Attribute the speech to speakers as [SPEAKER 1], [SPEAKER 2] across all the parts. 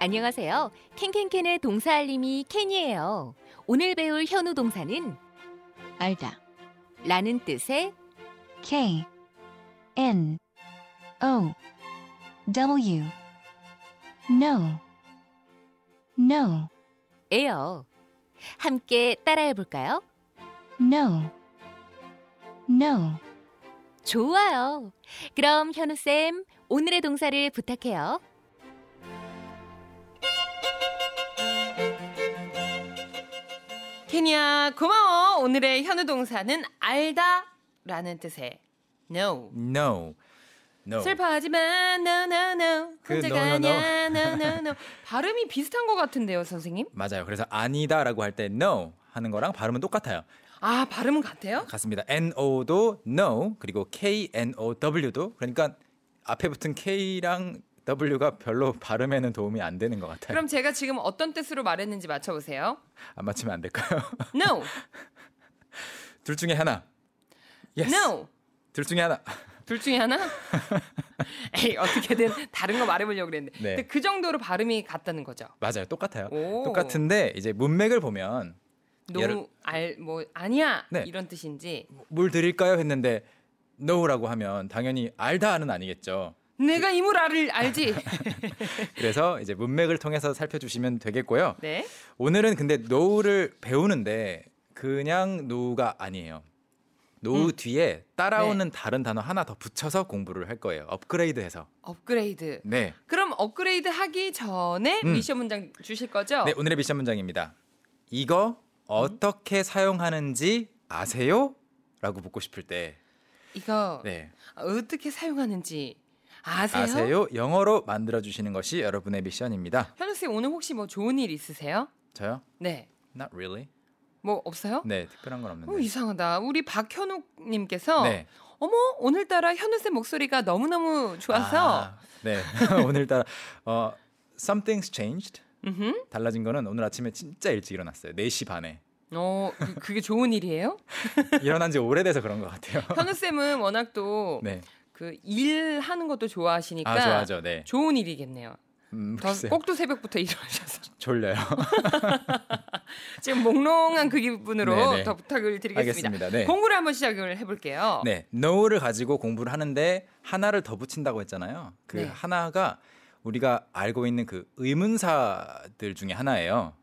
[SPEAKER 1] 안녕하세요. 캔캔캔의 동사 알림이 캔이에요. 오늘 배울 현우 동사는
[SPEAKER 2] 알다.
[SPEAKER 1] 라는 뜻의
[SPEAKER 2] K N O W No No
[SPEAKER 1] 에요. 함께 따라해 볼까요?
[SPEAKER 2] No No
[SPEAKER 1] 좋아요. 그럼 현우쌤, 오늘의 동사를 부탁해요.
[SPEAKER 3] 케냐 고마워. 오늘의 현우 동사는 알다라는 뜻의 no.
[SPEAKER 4] No. No.
[SPEAKER 3] 슬퍼하지 마. No no no.
[SPEAKER 4] 그
[SPEAKER 3] 혼자
[SPEAKER 4] no, no, no.
[SPEAKER 3] 가냐. No no no. 발음이 비슷한 것 같은데요, 선생님?
[SPEAKER 4] 맞아요. 그래서 아니다라고 할 때 no 하는 거랑 발음은 똑같아요.
[SPEAKER 3] 아, 발음은 같아요?
[SPEAKER 4] 같습니다. NO도 no 그리고 KNOW도 그러니까 앞에 붙은 K랑 W가 별로 발음에는 도움이 안 되는 것 같아요.
[SPEAKER 3] 그럼 제가 지금 어떤 뜻으로 말했는지 맞춰 보세요.
[SPEAKER 4] 안 맞히면 안 될까요?
[SPEAKER 3] No.
[SPEAKER 4] 둘 중에 하나. Yes.
[SPEAKER 3] No.
[SPEAKER 4] 둘 중에 하나.
[SPEAKER 3] 둘 중에 하나? 에이, 어떻게든 다른 거 말해 보려고 그랬는데.
[SPEAKER 4] 네.
[SPEAKER 3] 근데 그 정도로 발음이 같다는 거죠.
[SPEAKER 4] 맞아요. 똑같아요.
[SPEAKER 3] 오.
[SPEAKER 4] 똑같은데 이제 문맥을 보면
[SPEAKER 3] 너무
[SPEAKER 4] 예를-
[SPEAKER 3] 알 뭐 아니야.
[SPEAKER 4] 네.
[SPEAKER 3] 이런 뜻인지
[SPEAKER 4] 뭘 드릴까요 했는데 no라고 하면 당연히 알다는 아니겠죠.
[SPEAKER 3] 내가 이물 알을 알지.
[SPEAKER 4] 그래서 이제 문맥을 통해서 살펴주시면 되겠고요.
[SPEAKER 3] 네.
[SPEAKER 4] 오늘은 근데 노우를 배우는데 그냥 노우가 아니에요. 노우
[SPEAKER 3] 음.
[SPEAKER 4] 뒤에 따라오는
[SPEAKER 3] 네.
[SPEAKER 4] 다른 단어 하나 더 붙여서 공부를 할 거예요. 업그레이드해서.
[SPEAKER 3] 업그레이드.
[SPEAKER 4] 네.
[SPEAKER 3] 그럼 업그레이드 하기 전에
[SPEAKER 4] 음.
[SPEAKER 3] 미션 문장 주실 거죠?
[SPEAKER 4] 네, 오늘의 미션 문장입니다. 이거
[SPEAKER 3] 음.
[SPEAKER 4] 어떻게 사용하는지 아세요? 라고 묻고 싶을 때
[SPEAKER 3] 이거
[SPEAKER 4] 네.
[SPEAKER 3] 어떻게 사용하는지 어. 아세요?
[SPEAKER 4] 아세요? 영어로 만들어 주시는 것이 여러분의 미션입니다.
[SPEAKER 3] 현우 씨 오늘 혹시 뭐 좋은 일 있으세요?
[SPEAKER 4] 저요?
[SPEAKER 3] 네.
[SPEAKER 4] Not really.
[SPEAKER 3] 뭐 없어요?
[SPEAKER 4] 네, 특별한 건
[SPEAKER 3] 어,
[SPEAKER 4] 없는데.
[SPEAKER 3] 이상하다. 우리 박현욱 님께서
[SPEAKER 4] 네.
[SPEAKER 3] 어머, 오늘따라 현우 쌤 목소리가 너무너무 좋아서
[SPEAKER 4] 아, 네. 오늘따라 어 something's changed.
[SPEAKER 3] 음흠.
[SPEAKER 4] 달라진 거는 오늘 아침에 진짜 일찍 일어났어요. 4시 반에.
[SPEAKER 3] 어, 그- 그게 좋은 일이에요?
[SPEAKER 4] 일어난 지 오래돼서 그런 것 같아요.
[SPEAKER 3] 현우 쌤은 워낙 또
[SPEAKER 4] 네.
[SPEAKER 3] 그 일하는 것도 좋아하시니까
[SPEAKER 4] 아, 좋아하죠. 네.
[SPEAKER 3] 좋은 일이겠네요.
[SPEAKER 4] 음,
[SPEAKER 3] 그러니까 더
[SPEAKER 4] 글쎄요.
[SPEAKER 3] 꼭두 새벽부터 일어나셔서
[SPEAKER 4] 졸려요.
[SPEAKER 3] 지금 몽롱한 그 기분으로
[SPEAKER 4] 네, 네.
[SPEAKER 3] 더 부탁을 드리겠습니다.
[SPEAKER 4] 알겠습니다. 네.
[SPEAKER 3] 공부를 한번 시작을 해볼게요.
[SPEAKER 4] 네. no를 가지고 공부를 하는데 하나를 더 붙인다고 했잖아요. 그
[SPEAKER 3] 네.
[SPEAKER 4] 하나가 우리가 알고 있는 그 의문사들 중에 하나예요.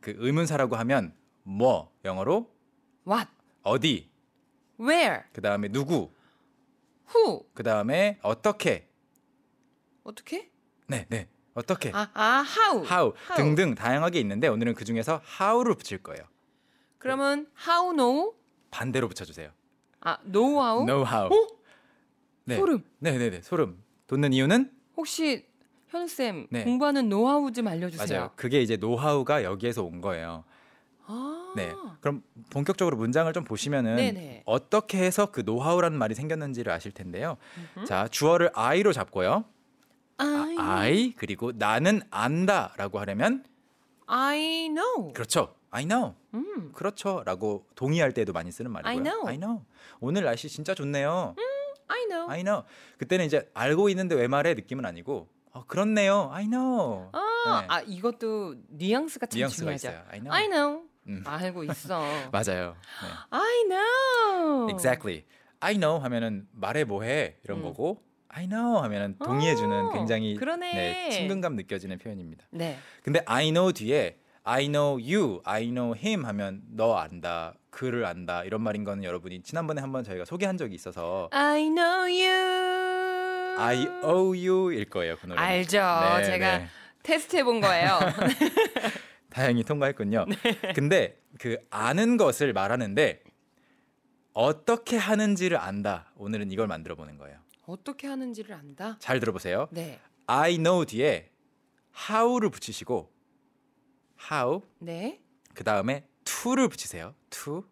[SPEAKER 4] 그 의문사라고 하면 뭐 영어로
[SPEAKER 3] What,
[SPEAKER 4] 어디,
[SPEAKER 3] where,
[SPEAKER 4] 그다음에 누구,
[SPEAKER 3] who
[SPEAKER 4] 그다음에 어떻게.
[SPEAKER 3] 어떻게?
[SPEAKER 4] 네, 네. 어떻게.
[SPEAKER 3] 아, 아 how.
[SPEAKER 4] how,
[SPEAKER 3] how.
[SPEAKER 4] 등등 다양하게 있는데 오늘은 그 중에서 how를 붙일 거예요.
[SPEAKER 3] 그러면 how know?
[SPEAKER 4] 반대로 붙여 주세요.
[SPEAKER 3] 아 know how?
[SPEAKER 4] know how.
[SPEAKER 3] 어?
[SPEAKER 4] 네.
[SPEAKER 3] 소름.
[SPEAKER 4] 네네네 소름 돋는 이유는
[SPEAKER 3] 혹시 현우 쌤
[SPEAKER 4] 네.
[SPEAKER 3] 공부하는 노하우 좀 알려주세요.
[SPEAKER 4] 맞아요. 그게 이제 노하우가 여기에서 온 거예요.
[SPEAKER 3] 아,
[SPEAKER 4] 네. 그럼 본격적으로 문장을 좀 보시면은
[SPEAKER 3] 네네.
[SPEAKER 4] 어떻게 해서 그 노하우라는 말이 생겼는지를 아실 텐데요. 자 주어를 I로 잡고요. 아,
[SPEAKER 3] I,
[SPEAKER 4] I 그리고 나는 안다라고 하려면
[SPEAKER 3] I know.
[SPEAKER 4] 그렇죠. I know.
[SPEAKER 3] 음.
[SPEAKER 4] 그렇죠라고 동의할 때도 많이 쓰는 말이고요.
[SPEAKER 3] I know.
[SPEAKER 4] I know. 오늘 날씨 진짜 좋네요.
[SPEAKER 3] I know.
[SPEAKER 4] I know. 그때는 이제 알고 있는데 왜 말해 느낌은 아니고 어, 그렇네요. I know.
[SPEAKER 3] 아,
[SPEAKER 4] 네.
[SPEAKER 3] 아 이것도 뉘앙스가 참
[SPEAKER 4] 뉘앙스가
[SPEAKER 3] 중요하죠.
[SPEAKER 4] 있어요. I know.
[SPEAKER 3] I know.
[SPEAKER 4] 음.
[SPEAKER 3] 알고 있어.
[SPEAKER 4] 맞아요. 네.
[SPEAKER 3] I know.
[SPEAKER 4] Exactly. I know 하면은 말해 뭐해 이런
[SPEAKER 3] 어. 음.
[SPEAKER 4] 거고 I know 하면은
[SPEAKER 3] 어,
[SPEAKER 4] 동의해주는 굉장히
[SPEAKER 3] 그러네.
[SPEAKER 4] 네, 친근감 느껴지는 표현입니다.
[SPEAKER 3] 네.
[SPEAKER 4] 근데 I know 뒤에 I know you, I know him 하면 너 안다, 그를 안다 이런 말인 거는 여러분이 지난번에 한번 저희가 소개한 적이 있어서
[SPEAKER 3] I know you.
[SPEAKER 4] I owe you일 거예요 그 노래.
[SPEAKER 3] 아. 알죠. 제가
[SPEAKER 4] 네.
[SPEAKER 3] 테스트 해본 거예요.
[SPEAKER 4] 다행히 통과했군요. 근데 그 아는 것을 말하는데 어떻게 하는지를 안다. 오늘은 이걸 만들어 보는 거예요.
[SPEAKER 3] 어떻게 하는지를 안다.
[SPEAKER 4] 잘 들어보세요.
[SPEAKER 3] 네,
[SPEAKER 4] I know 뒤에 how를 붙이시고 how
[SPEAKER 3] 네.
[SPEAKER 4] 그 다음에 to를 붙이세요. to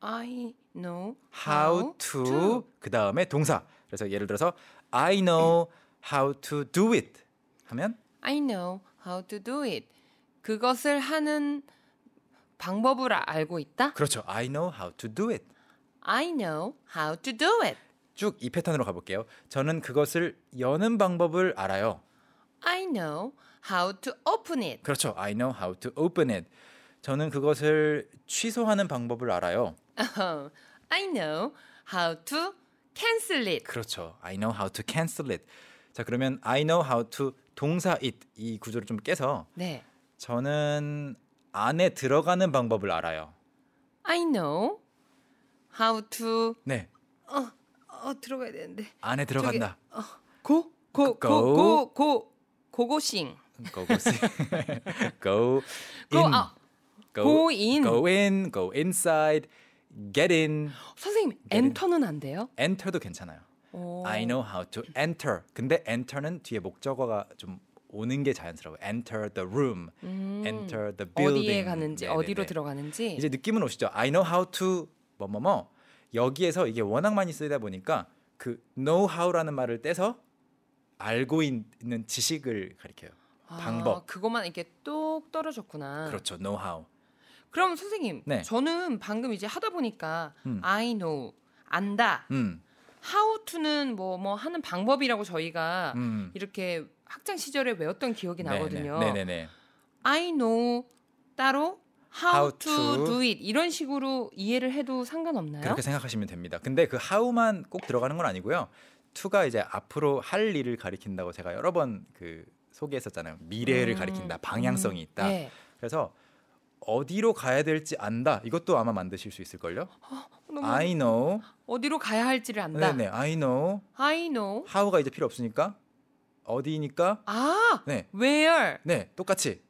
[SPEAKER 3] I know
[SPEAKER 4] how to, 그 다음에 동사. 그래서 예를 들어서 I know how to do it 하면
[SPEAKER 3] I know how to do it. 그것을 하는 방법을 아- 알고 있다.
[SPEAKER 4] 그렇죠. I know how to do it.
[SPEAKER 3] I know how to do it.
[SPEAKER 4] 쭉 이 패턴으로 가볼게요. 저는 그것을 여는 방법을 알아요.
[SPEAKER 3] I know how to open it.
[SPEAKER 4] 그렇죠. I know how to open it. 저는 그것을 취소하는 방법을 알아요.
[SPEAKER 3] I know how to cancel it.
[SPEAKER 4] 그렇죠. I know how to cancel it. 자, 그러면 I know how to 동사 it 이 구조를 좀 깨서
[SPEAKER 3] 네.
[SPEAKER 4] 저는 안에 들어가는 방법을 알아요.
[SPEAKER 3] I know how to
[SPEAKER 4] 네.
[SPEAKER 3] 어, 어 들어가야 되는데.
[SPEAKER 4] 안에 들어간다.
[SPEAKER 3] 고?
[SPEAKER 4] Go.
[SPEAKER 3] 고, 고, 고, 고, 고고싱.
[SPEAKER 4] Go go see. go
[SPEAKER 3] Go
[SPEAKER 4] in.
[SPEAKER 3] out. Go in.
[SPEAKER 4] Go in. Go inside. Get in.
[SPEAKER 3] 선생님,
[SPEAKER 4] 네,
[SPEAKER 3] 엔터는 안 돼요?
[SPEAKER 4] Enter도 괜찮아요.
[SPEAKER 3] 오.
[SPEAKER 4] I know how to enter. 근데 enter는 뒤에 목적어가 좀 오는 게 자연스러워요. Enter the room. Enter the building.
[SPEAKER 3] 음. 어디에 가는지,
[SPEAKER 4] 네네네.
[SPEAKER 3] 어디로 들어가는지.
[SPEAKER 4] 이제 느낌은 오시죠. I know how to 뭐뭐뭐 여기에서 이게 워낙 많이 쓰다 보니까 그 know how라는 말을 떼서 알고 있는 지식을 가리켜요.
[SPEAKER 3] 아,
[SPEAKER 4] 방법.
[SPEAKER 3] 그것만 이렇게 똑 떨어졌구나.
[SPEAKER 4] 그렇죠. know how.
[SPEAKER 3] 그럼 선생님,
[SPEAKER 4] 네.
[SPEAKER 3] 저는 방금 이제 하다 보니까
[SPEAKER 4] 음.
[SPEAKER 3] I know 안다,
[SPEAKER 4] 음.
[SPEAKER 3] how to는 뭐 뭐 하는 방법이라고 저희가
[SPEAKER 4] 음. 네,
[SPEAKER 3] 이렇게 학창 시절에 외웠던 기억이 나거든요.
[SPEAKER 4] 네네네.
[SPEAKER 3] I know 따로 how,
[SPEAKER 4] How
[SPEAKER 3] to,
[SPEAKER 4] to.
[SPEAKER 3] do it 이런 식으로 이해를 해도 상관없나요?
[SPEAKER 4] 그렇게 생각하시면 됩니다. 근데 그 how만 꼭 들어가는 건 아니고요. to가 이제 앞으로 할 일을 가리킨다고 제가 여러 번 그 소개했었잖아요. 미래를
[SPEAKER 3] 음.
[SPEAKER 4] 가리킨다. 방향성이 있다.
[SPEAKER 3] 네.
[SPEAKER 4] 그래서 어디로 가야 될지 안다. 이것도 아마 만드실 수 있을걸요.
[SPEAKER 3] 너무
[SPEAKER 4] I know.
[SPEAKER 3] 어디로 가야 할지를 안다.
[SPEAKER 4] 네네. I know.
[SPEAKER 3] I know
[SPEAKER 4] how가 이제 필요 없으니까 어디니까
[SPEAKER 3] 아
[SPEAKER 4] 네.
[SPEAKER 3] where
[SPEAKER 4] 네, 똑같이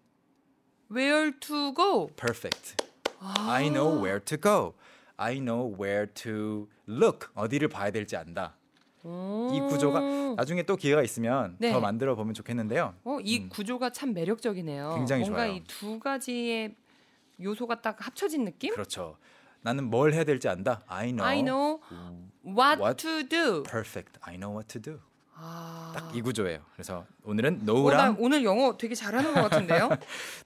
[SPEAKER 3] where to go.
[SPEAKER 4] perfect.
[SPEAKER 3] 아.
[SPEAKER 4] I know where to go. I know where to look. 어디를 봐야 될지 안다. 이 구조가 나중에 또 기회가 있으면
[SPEAKER 3] 음. 네.
[SPEAKER 4] 더 만들어 보면 좋겠는데요.
[SPEAKER 3] 어, 이
[SPEAKER 4] 음.
[SPEAKER 3] 구조가 참 매력적이네요.
[SPEAKER 4] 굉장히
[SPEAKER 3] 뭔가
[SPEAKER 4] 좋아요.
[SPEAKER 3] 이 두 가지의 요소가 딱 합쳐진 느낌?
[SPEAKER 4] 그렇죠. 나는 뭘 해야 될지 안다. I know.
[SPEAKER 3] I know what,
[SPEAKER 4] What?
[SPEAKER 3] to do.
[SPEAKER 4] perfect. I know what to do.
[SPEAKER 3] 아.
[SPEAKER 4] 딱 이 구조예요. 그래서 오늘은
[SPEAKER 3] 어, 나
[SPEAKER 4] know랑
[SPEAKER 3] 오늘 영어 되게 잘하는 것 같은데요?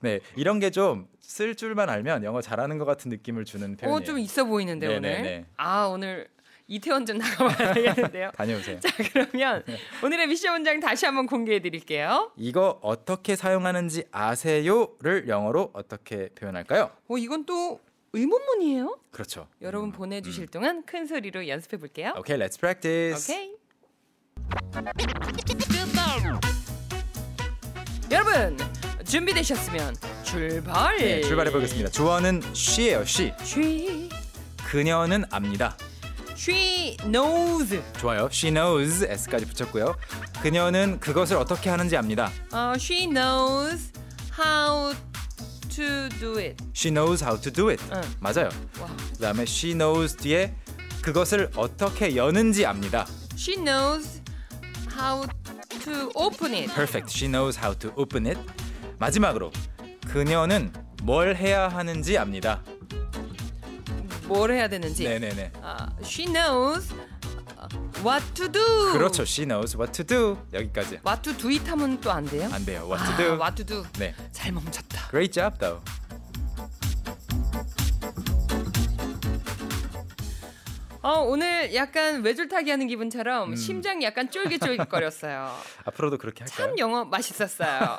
[SPEAKER 4] 네, 이런 게 좀 쓸 줄만 알면 영어 잘하는 것 같은 느낌을 주는 표현이에요.
[SPEAKER 3] 어, 좀 있어 보이는데
[SPEAKER 4] 네,
[SPEAKER 3] 오늘.
[SPEAKER 4] 네, 네.
[SPEAKER 3] 아, 오늘 이태원 좀 나가봐야 되겠는데요.
[SPEAKER 4] 다녀오세요.
[SPEAKER 3] 자, 그러면 오늘의 미션 문장 다시 한번 공개해 드릴게요.
[SPEAKER 4] 이거 어떻게 사용하는지 아세요를 영어로 어떻게 표현할까요?
[SPEAKER 3] 어, 이건 또 의문문이에요?
[SPEAKER 4] 그렇죠.
[SPEAKER 3] 여러분 보내주실 동안 큰 소리로 연습해 볼게요.
[SPEAKER 4] Okay, let's practice.
[SPEAKER 3] 오케이. 여러분 준비되셨으면 출발.
[SPEAKER 4] 네, 출발해 보겠습니다. 주어는 she예요, she.
[SPEAKER 3] She
[SPEAKER 4] 그녀는 압니다.
[SPEAKER 3] she knows.
[SPEAKER 4] 좋아요. She knows s까지 붙였고요. 그녀는 그것을 어떻게 하는지 압니다.
[SPEAKER 3] 어, she knows how to do it.
[SPEAKER 4] She knows how to do it.
[SPEAKER 3] 응.
[SPEAKER 4] 맞아요.
[SPEAKER 3] 와.
[SPEAKER 4] 그다음에 she knows 뒤에 그것을 어떻게 여는지 압니다.
[SPEAKER 3] She knows how to open it.
[SPEAKER 4] Perfect. She knows how to open it. 마지막으로 그녀는 뭘 해야 하는지 압니다.
[SPEAKER 3] 뭘 해야 되는지.
[SPEAKER 4] 네네네.
[SPEAKER 3] 아, she knows uh, what to do.
[SPEAKER 4] 그렇죠. She knows what to do. 여기까지.
[SPEAKER 3] What to do it 하면 또 안 돼요?
[SPEAKER 4] 안 돼요. What to do.
[SPEAKER 3] 아, what to do.
[SPEAKER 4] 네.
[SPEAKER 3] 잘 멈췄다.
[SPEAKER 4] Great job though. 음.
[SPEAKER 3] 어, 오늘 약간 외줄타기 하는 기분처럼 심장이 약간 쫄깃쫄깃거렸어요.
[SPEAKER 4] 앞으로도 그렇게 할까요?
[SPEAKER 3] 참 영어 맛있었어요.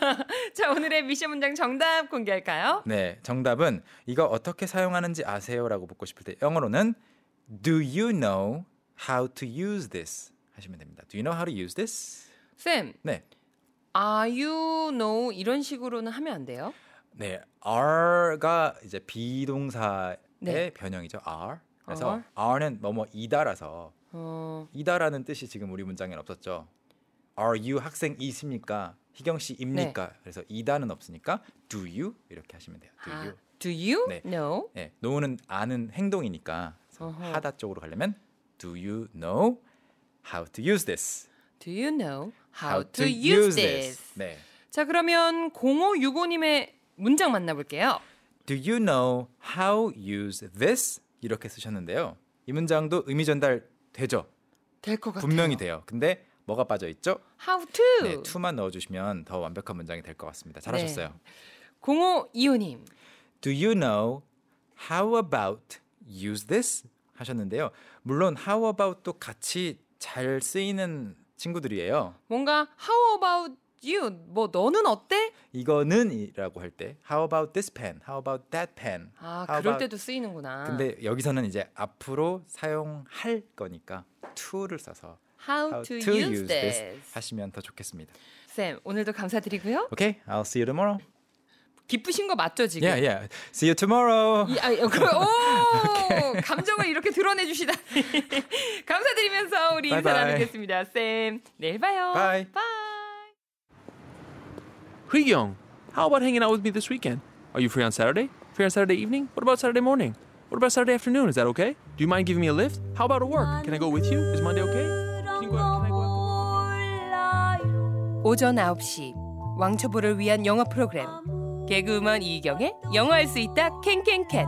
[SPEAKER 3] 자, 오늘의 미션 문장 정답 공개할까요?
[SPEAKER 4] 네, 정답은 이거 어떻게 사용하는지 아세요라고 묻고 싶을 때 영어로는 Do you know how to use this? 하시면 됩니다. Do you know how to use this?
[SPEAKER 3] 쌤,
[SPEAKER 4] 네,
[SPEAKER 3] are you know 이런 식으로는 하면 안 돼요?
[SPEAKER 4] 네, are가 이제 비동사의
[SPEAKER 3] 네.
[SPEAKER 4] 변형이죠. are. 그래서
[SPEAKER 3] are.
[SPEAKER 4] are는 뭐뭐 이다라서
[SPEAKER 3] 어,
[SPEAKER 4] 이다라는 뜻이 지금 우리 문장엔 없었죠. Are you 학생이십니까? 희경 씨입니까? 그래서 이다는 없으니까 do you 이렇게 하시면 돼요. Do
[SPEAKER 3] 네. 아,
[SPEAKER 4] you.
[SPEAKER 3] do you
[SPEAKER 4] 네.
[SPEAKER 3] know?
[SPEAKER 4] 네, know는 아는 행동이니까 그래서
[SPEAKER 3] 어허.
[SPEAKER 4] 하다 쪽으로 가려면 Do you know how to use this?
[SPEAKER 3] Do you know how, to, use this?
[SPEAKER 4] 네.
[SPEAKER 3] 자, 그러면 0565님의 문장 만나볼게요.
[SPEAKER 4] Do you know how use this? 이렇게 쓰셨는데요. 이 문장도 의미 전달 되죠.
[SPEAKER 3] 될 것 같아요. 음.
[SPEAKER 4] 분명히 돼요. 근데 뭐가 빠져 있죠?
[SPEAKER 3] How to?
[SPEAKER 4] 네, to만 넣어주시면 더 완벽한 문장이 될 것
[SPEAKER 3] 네.
[SPEAKER 4] 같습니다. 잘하셨어요.
[SPEAKER 3] 0525님.
[SPEAKER 4] Do you know how about use this? 하셨는데요. 물론 how about도 같이 잘 쓰이는 친구들이에요.
[SPEAKER 3] 뭔가 how about you 뭐 너는 어때?
[SPEAKER 4] 이거는이라고 할 때 how about this pen? how about that pen?
[SPEAKER 3] 아,
[SPEAKER 4] how
[SPEAKER 3] 그럴
[SPEAKER 4] about-
[SPEAKER 3] 때도 쓰이는구나.
[SPEAKER 4] 근데 여기서는 이제 앞으로 사용할 거니까 to를 써서
[SPEAKER 3] how,
[SPEAKER 4] how
[SPEAKER 3] to,
[SPEAKER 4] to
[SPEAKER 3] use,
[SPEAKER 4] use
[SPEAKER 3] this.
[SPEAKER 4] this 하시면 더 좋겠습니다.
[SPEAKER 3] 쌤, 오늘도 감사드리고요.
[SPEAKER 4] Okay, I'll see you tomorrow.
[SPEAKER 3] 기쁘신 거 맞죠, 지금?
[SPEAKER 4] Yeah, yeah. See you tomorrow.
[SPEAKER 3] 이, 아, 어, 그, 오! 감정을 이렇게 드러내 주시다니. 감사드리면서 우리 인사
[SPEAKER 4] 바이바이.
[SPEAKER 3] 나누겠습니다. 쌤, 내일 봐요.
[SPEAKER 4] 바이.
[SPEAKER 3] 바이.
[SPEAKER 5] Young, how about hanging out with me this weekend? Are you free on Saturday? Free on Saturday evening? What about Saturday morning? What about Saturday afternoon? Is that okay? Do you mind giving me a lift? How about at work? Can I go with you? Is Monday okay? Can you go out? Can I go out?
[SPEAKER 3] 오전 9시 왕초보를 위한 영어 프로그램 개그우먼 이경의 영어할 수 있다 캔캔캔